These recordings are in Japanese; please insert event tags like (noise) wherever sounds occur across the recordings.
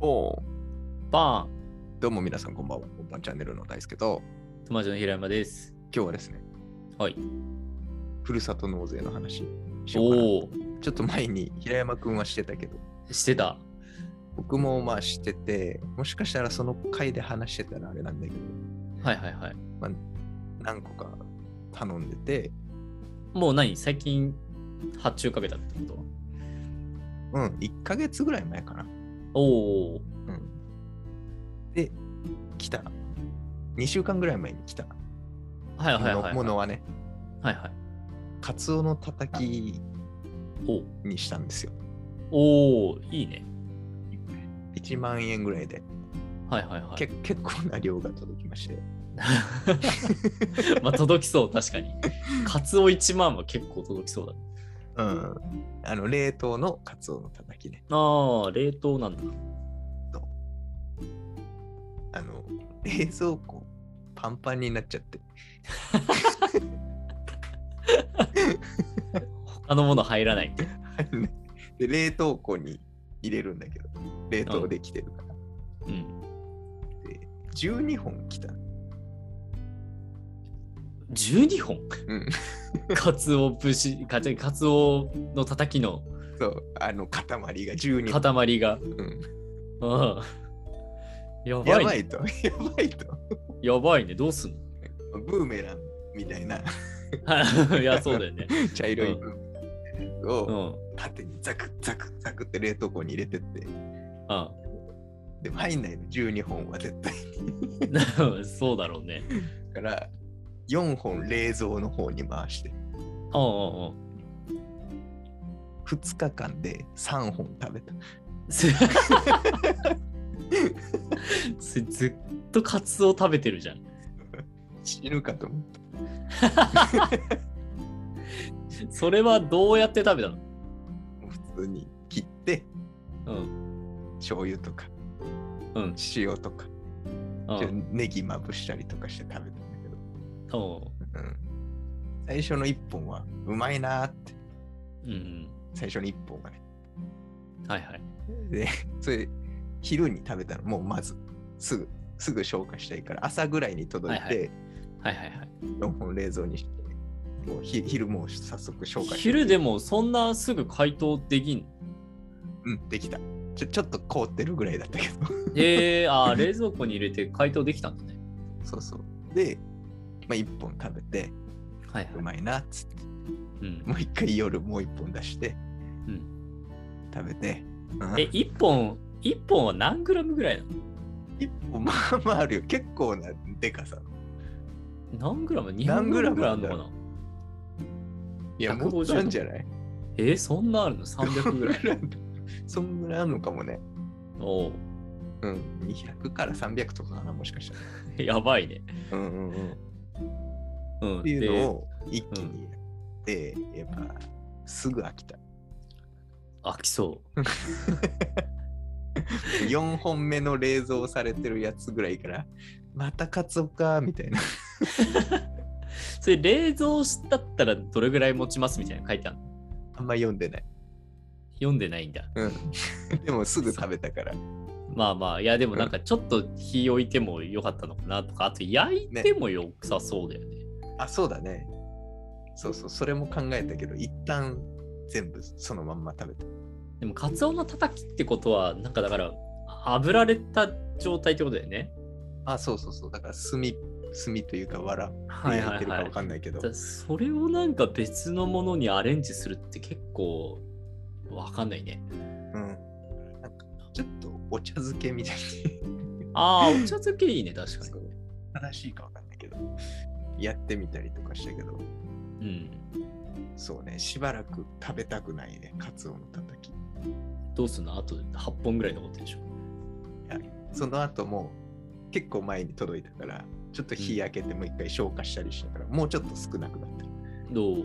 おうバーどうも皆さんこんばんは。こんばんチャンネルの大輔と、ン友達の平山です。今日はですね、はい。ふるさと納税の話しようかな。おおちょっと前に平山くんはしてたけど、してた。僕もまあしてて、もしかしたらその回で話してたらあれなんだけど、はいはいはい。何個か頼んでて、もう何最近発注かけたってことうん、1ヶ月ぐらい前かな。おおうん、で、来た。2週間ぐらい前に来た。はいはいはい、はのい。ものはね、はいはい。カツオのたたきおうにしたんですよ。おおいいね。 1万円ぐらいで、はいはいはい。け結構な量が届きまして。 (laughs) まあ届きそう、確かに。カツオ1万は結構届きそうだ。うん、あの冷凍のカツオのたたきね。ああ、冷凍なんだ。あの冷蔵庫パンパンになっちゃって。 (laughs) 他のもの入らないって。で冷凍庫に入れるんだけど、冷凍できてるから。うん。 12本来た。 12本うん、カツオ節、カツカツオのたたきのそう、あの塊が12本。塊が。うんうん。やばやいばね。いと、 (laughs) やばいと。やばいね。どうすんブーメランみたいなの (laughs) いや、そうだよね。茶色いブーメランうをん。縦にザクザクザクって冷凍庫に入れてって。でも入んないの12本は絶対うん。 (laughs) そうだろうね。だから4本冷蔵の方に回してうんうんうん。 2日間で3本食べた。すすずっとカツオ食べてるじゃん。死ぬかと思っそれはどうやって食べたのた。普通に切って、うん。醤油とかうん。塩とか、うん。ちょネギまぶしたりとかして食べたんだけど、うん、最初の1本はうまいなーって、うん。最初の1本がね。うん。はいはい。で、 (laughs) それ、昼に食べたの、もうまず、すぐ、すぐ消化したいから、朝ぐらいに届いはいて、はいはい4本冷蔵にして、もうひ昼もう早速消は化い。して、昼でもそんなすぐ解凍できんのうん、できた。ちょちょっと凍ってるぐらいだったけど。えー、 (laughs) あー冷蔵庫に入れて解凍できたんだね。そうそう。で、まあ、1本食べて、はいはうい。まいなっつってうんもう一回夜もう一本出して、うん食べて、うんえ、1本、一本は何グラムぐらいなの一本まあまああるよ結構なでかさ何グラム ?200 何ググララムムぐらいあるのかなないや150もっとあるんじゃないえーそんなあるの ?300 (laughs) ぐらい。 (laughs) そんぐらいあるのかもねおううん200から300とかかなもしかしたらやばいね。うんうんうんうん、っていうのでを一気にやって、やっぱすぐ飽きた飽きそう。 4本目の冷蔵されてるやつぐらいからまたカツオかみたいな (laughs) それ冷蔵しだったらどれぐらい持ちますみたいなの書いてあるのあんま読んでない読んでないんだ。うん (laughs) でもすぐ食べたからまあまあ、いやでもなんかちょっと火置いてもよかったのかなとか、あと焼いてもよさそうだよね。あ、そうだね。そうそう、それも考えたけど、一旦全部そのまんま食べた。でもカツオのたたきってことは、なんかだから、炙られた状態ってことだよね。あ、そうそうそう、だから炭、炭というか、わらでは焼いてるかわかんないけど、だそれをなんか別のものにアレンジするって結構わかんないね。うん。なんか、ちょっとお茶漬けみたいああ、お茶漬けいいね、確な、 (laughs) かに。正しいかわかんないけど、やってみたりとかしたけど、うん。そうね、しばらく食べたくないね、カツオのたたき。どうすんのあと8本ぐらい残ってるでしょ。その後も、結構前に届いたから、ちょっと火焼けてもう一回消化したりしたから、もうちょっと少なくなった。どう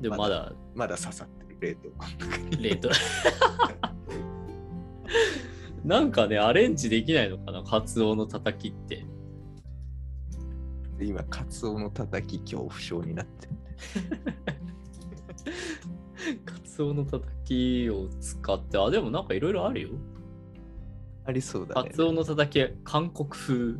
でもまだだまだ刺さってる冷凍庫の中に冷凍。 (laughs) なんかね、アレンジできないのかな、カツオのたたきって。今カツオのたたき恐怖症になってるカツオのたたきを使って、あ、でもなんかいろいろあるよ。ありそうだカね。ツオのたたき、韓国風。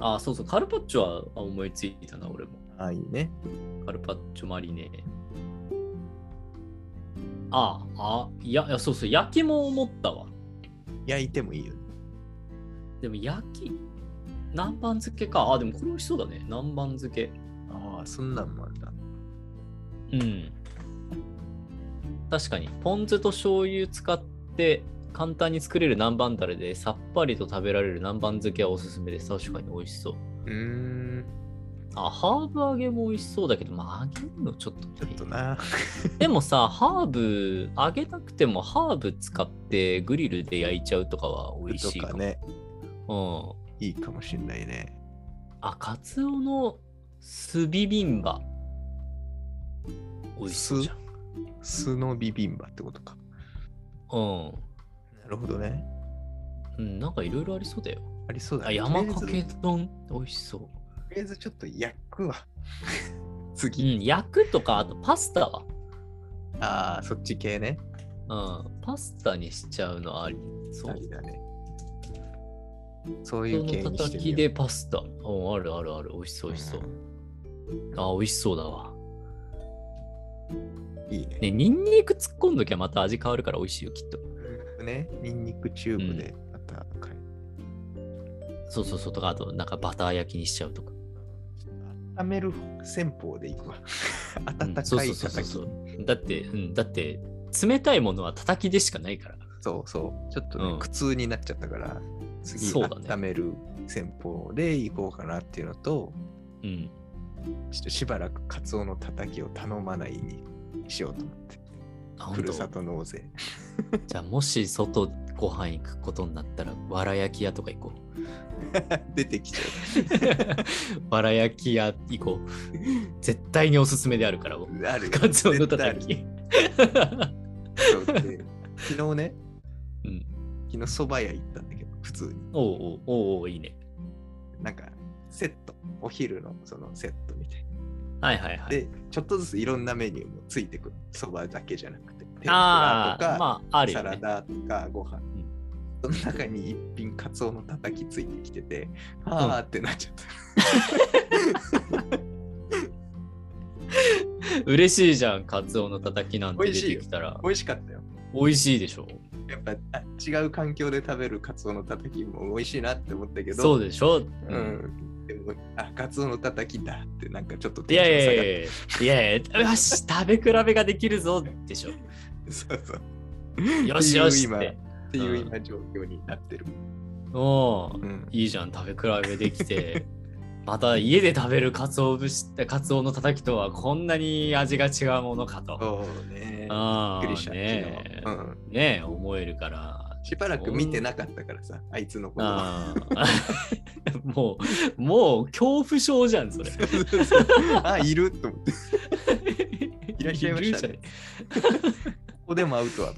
あそうそう、カルパッチョはあ思いついたな、俺も。ああ、いいね。カルパッチョマリネ。ああ、いや、いやそうそう、焼きも思ったわ。焼いてもいいよね。でも焼き、南蛮漬けか。あ、でもこれ美味しそうだね。南蛮漬け。ああ、そんなんもあるな。うん。確かに、ポン酢と醤油使って簡単に作れる南蛮だれでさっぱりと食べられる南蛮漬けはおすすめです。確かに美味しそう。うーん、あ、ハーブ揚げも美味しそうだけど、まあ揚げるのちょっとちょっとな。でもさ、ハーブ、揚げたくてもハーブ使ってグリルで焼いちゃうとかは美味しいとかかも。ね、うん。いいかもしんないね。あ、カツオの酢ビビンバ。美味しそうじゃん。酢のビビンバってことか。うんなるほどね。うん。なんかいろいろありそうだよ。ありそうだあ、ね。山かとりあえけず丼。美味しそとりあえずちょっと焼くわ。 (laughs) う。う次。ん。焼くとか、あとパスタは。ああ、そっち系ね。うん。パスタにしちゃうのあり。そあう。りだね。そうい人う系のにたしたてきみよでパスタ。うん、あるあるある。美味しそう、う美味しそうう。あ、美味しそうだわ。んいいね。ね、ニンニク突っ込んどきゃまた味変わるから美味しいよ、きっと。ね、ニンニクチューブでまた変えそうそうそうとか、あと、なんかバター焼きにしちゃうとか。温める戦法でいくわ。うん温かいそうそうそうそう叩き。そそうう。だって、うん、だって、冷たいものは叩きでしかないから。そう。ちょっとね、うん苦痛になっちゃったから、次、そうだね温める戦法でいこうかなっていうのと、うん。ちょっとしばらくカツオのたたきを頼まないにしようと思って。あふ本る当さと納税。 (laughs) じゃあ、もし外ご飯行くことになったら、わら焼き屋とか行こう。 (laughs) 出てきちゃわら焼き屋行こう。絶対におすすめであるから、僕う。あるよカツオのたた。絶き。対あるそうで昨日ね、うん昨日そば屋行ったんだけど、普通に。 (laughs) おうおうおうおういいね。なんか、セット。お昼のそのセットみたいな。はいはいはい。で、ちょっとずついろんなメニューもついてくる。そばだけじゃなくて、天ぷらあとあ、か、まあ、あるよ、サね。ラダとかご飯。んその中に一品カツオのたたきついてきてて、あーってなっちゃった。嬉しいじゃん、カツオのたたきなんて美味出しいてよきたら。美味しかったよ。美味しいでしょ。やっぱあ違う環境で食べるカツオのたたきも美味しいなって思ったけど、そうでしょ。う。ん。でも、あ、カツオのたたきだって、なんかちょっといテンやシいョン下やがっいやいやいや、よし、食べ比べができるぞでしょ。てそうそう。よしよしっっていうて。っていう今状況になってる。おーうん。いいじゃん、食べ比べできて。 (laughs) また家で食べるカツオ節って、カツオのたたきとはこんなに味が違うものかと。そうね。びあっあ、くりした。ねえ昨日うん。ねえ、思え (laughs) るから。しばらく見てなかったからさ、あいつのことは。あ (laughs) ーもう、もう恐怖症じゃん、それ。 (laughs) あ、いると思っ (laughs) て。こ (laughs) いらっしゃいましたねいるこでもアウトは。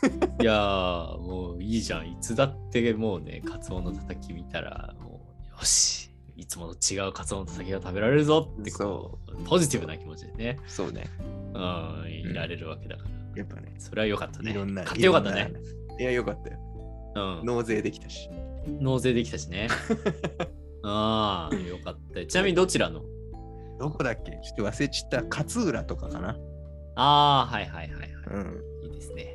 じゃんいやー、もういいじゃん。いつだってもうね、カツオのたたき見たら、もう、よし、いつもと違うカツオのたたきが食べられるぞってこう、ポジティブな気持ちでね、そうね。うん、いられるわけだから。やっぱね。それは良かったね。いろんな。買ってよかったいねろ。んな。いや、よかったよ。うん、納税できたし。納税できたし (laughs) ね。ああ、よかった。ちなみにどちらのどこだっけちょっと忘れちった。勝浦とかかな。ああ、はいはいはいはい。うん。いいですね。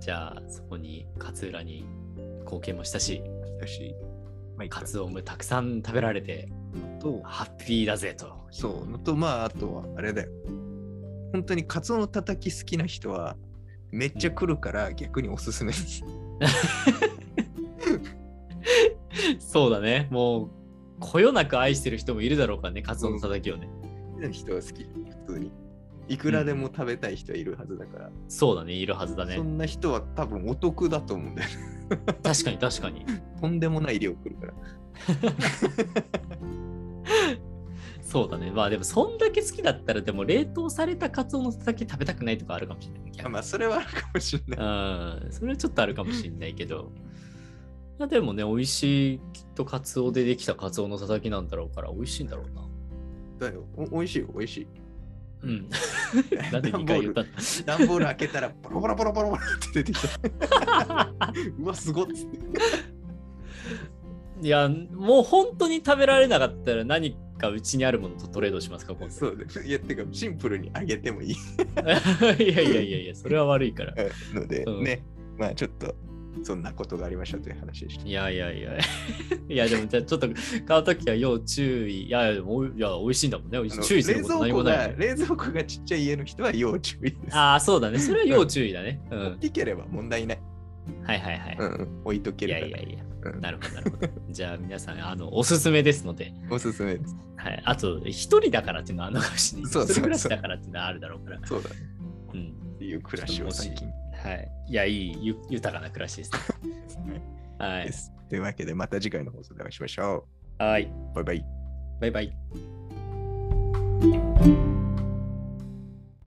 じゃあ、そこに勝浦に貢献もしたし、だし、まあ、いっかカツオもたくさん食べられて、と、ハッピーだぜと。そう。のと、まあ、あとは、あれだよ。本当にカツオのたたき好きな人は、めっちゃ来るから逆におすすめです。そうだね。もう、こよなく愛してる人もいるだろうからね、カツオのたたきをね。好きな人は好き、普通に。いくらでも食べたい人はいるはずだから、そうだね、いるはずだそね。んな人は多分お得だと思うんだよ。確かに確かに。 (laughs) とんでもない量来るから。そうだね。まあでも、そんだけ好きだったら、でも冷凍されたカツオのたたき食べたくないとかあるかもしれないい逆やに。まあ、それはあるかもしれない。うん、それはちょっとあるかもしれないけど。いやでもね、美味しい、きっとカツオでできたカツオのたたきなんだろうから、美味しいんだろうな。だよ。おいしいよ、おいしい。 (laughs) うん。なんで2回言ったの段ボール開けたらボロボロボロボロボロって出てきた。 (laughs) うわ、すごっつって。 (laughs) いや、もう本当に食べられなかったら何かうちにあるものとトレードしますか、今度。そうね。いや、てか、シンプルにあげてもいいいやいやいやいや、それは悪いから。 (laughs) ので、うんね。まあ、ちょっと、そんなことがありましたという話でした。いやいやいや。いや、でもじゃあちょっと買うときは要注意。いや、でもおいいや、美味しいんだもんね。美味あしいの注意する冷こと蔵何庫もなが、いもんね。冷蔵庫がちっちゃい家の人は要注意です。ああ、そうだね。それは要注意だね。うん大。きければ問題ない。はいはいはい。うんうん、置いとけいればやね、いやいや。うんなるほどなるほど。じゃあ皆さん、あの、おすすめですので。おすすめです。はい。あと、一人だからっていうのはあるのかもしれない。そうそうそう一人暮らしだからっていうのはあるだろうから。そうだね。うん。っていう暮らしを最 (laughs) 近。はい。いや、いい、ゆ豊かな暮らしですね。はでい。す。というわけで、また次回の放送でお会いしましょはい。う。バイバイ。バイバイ。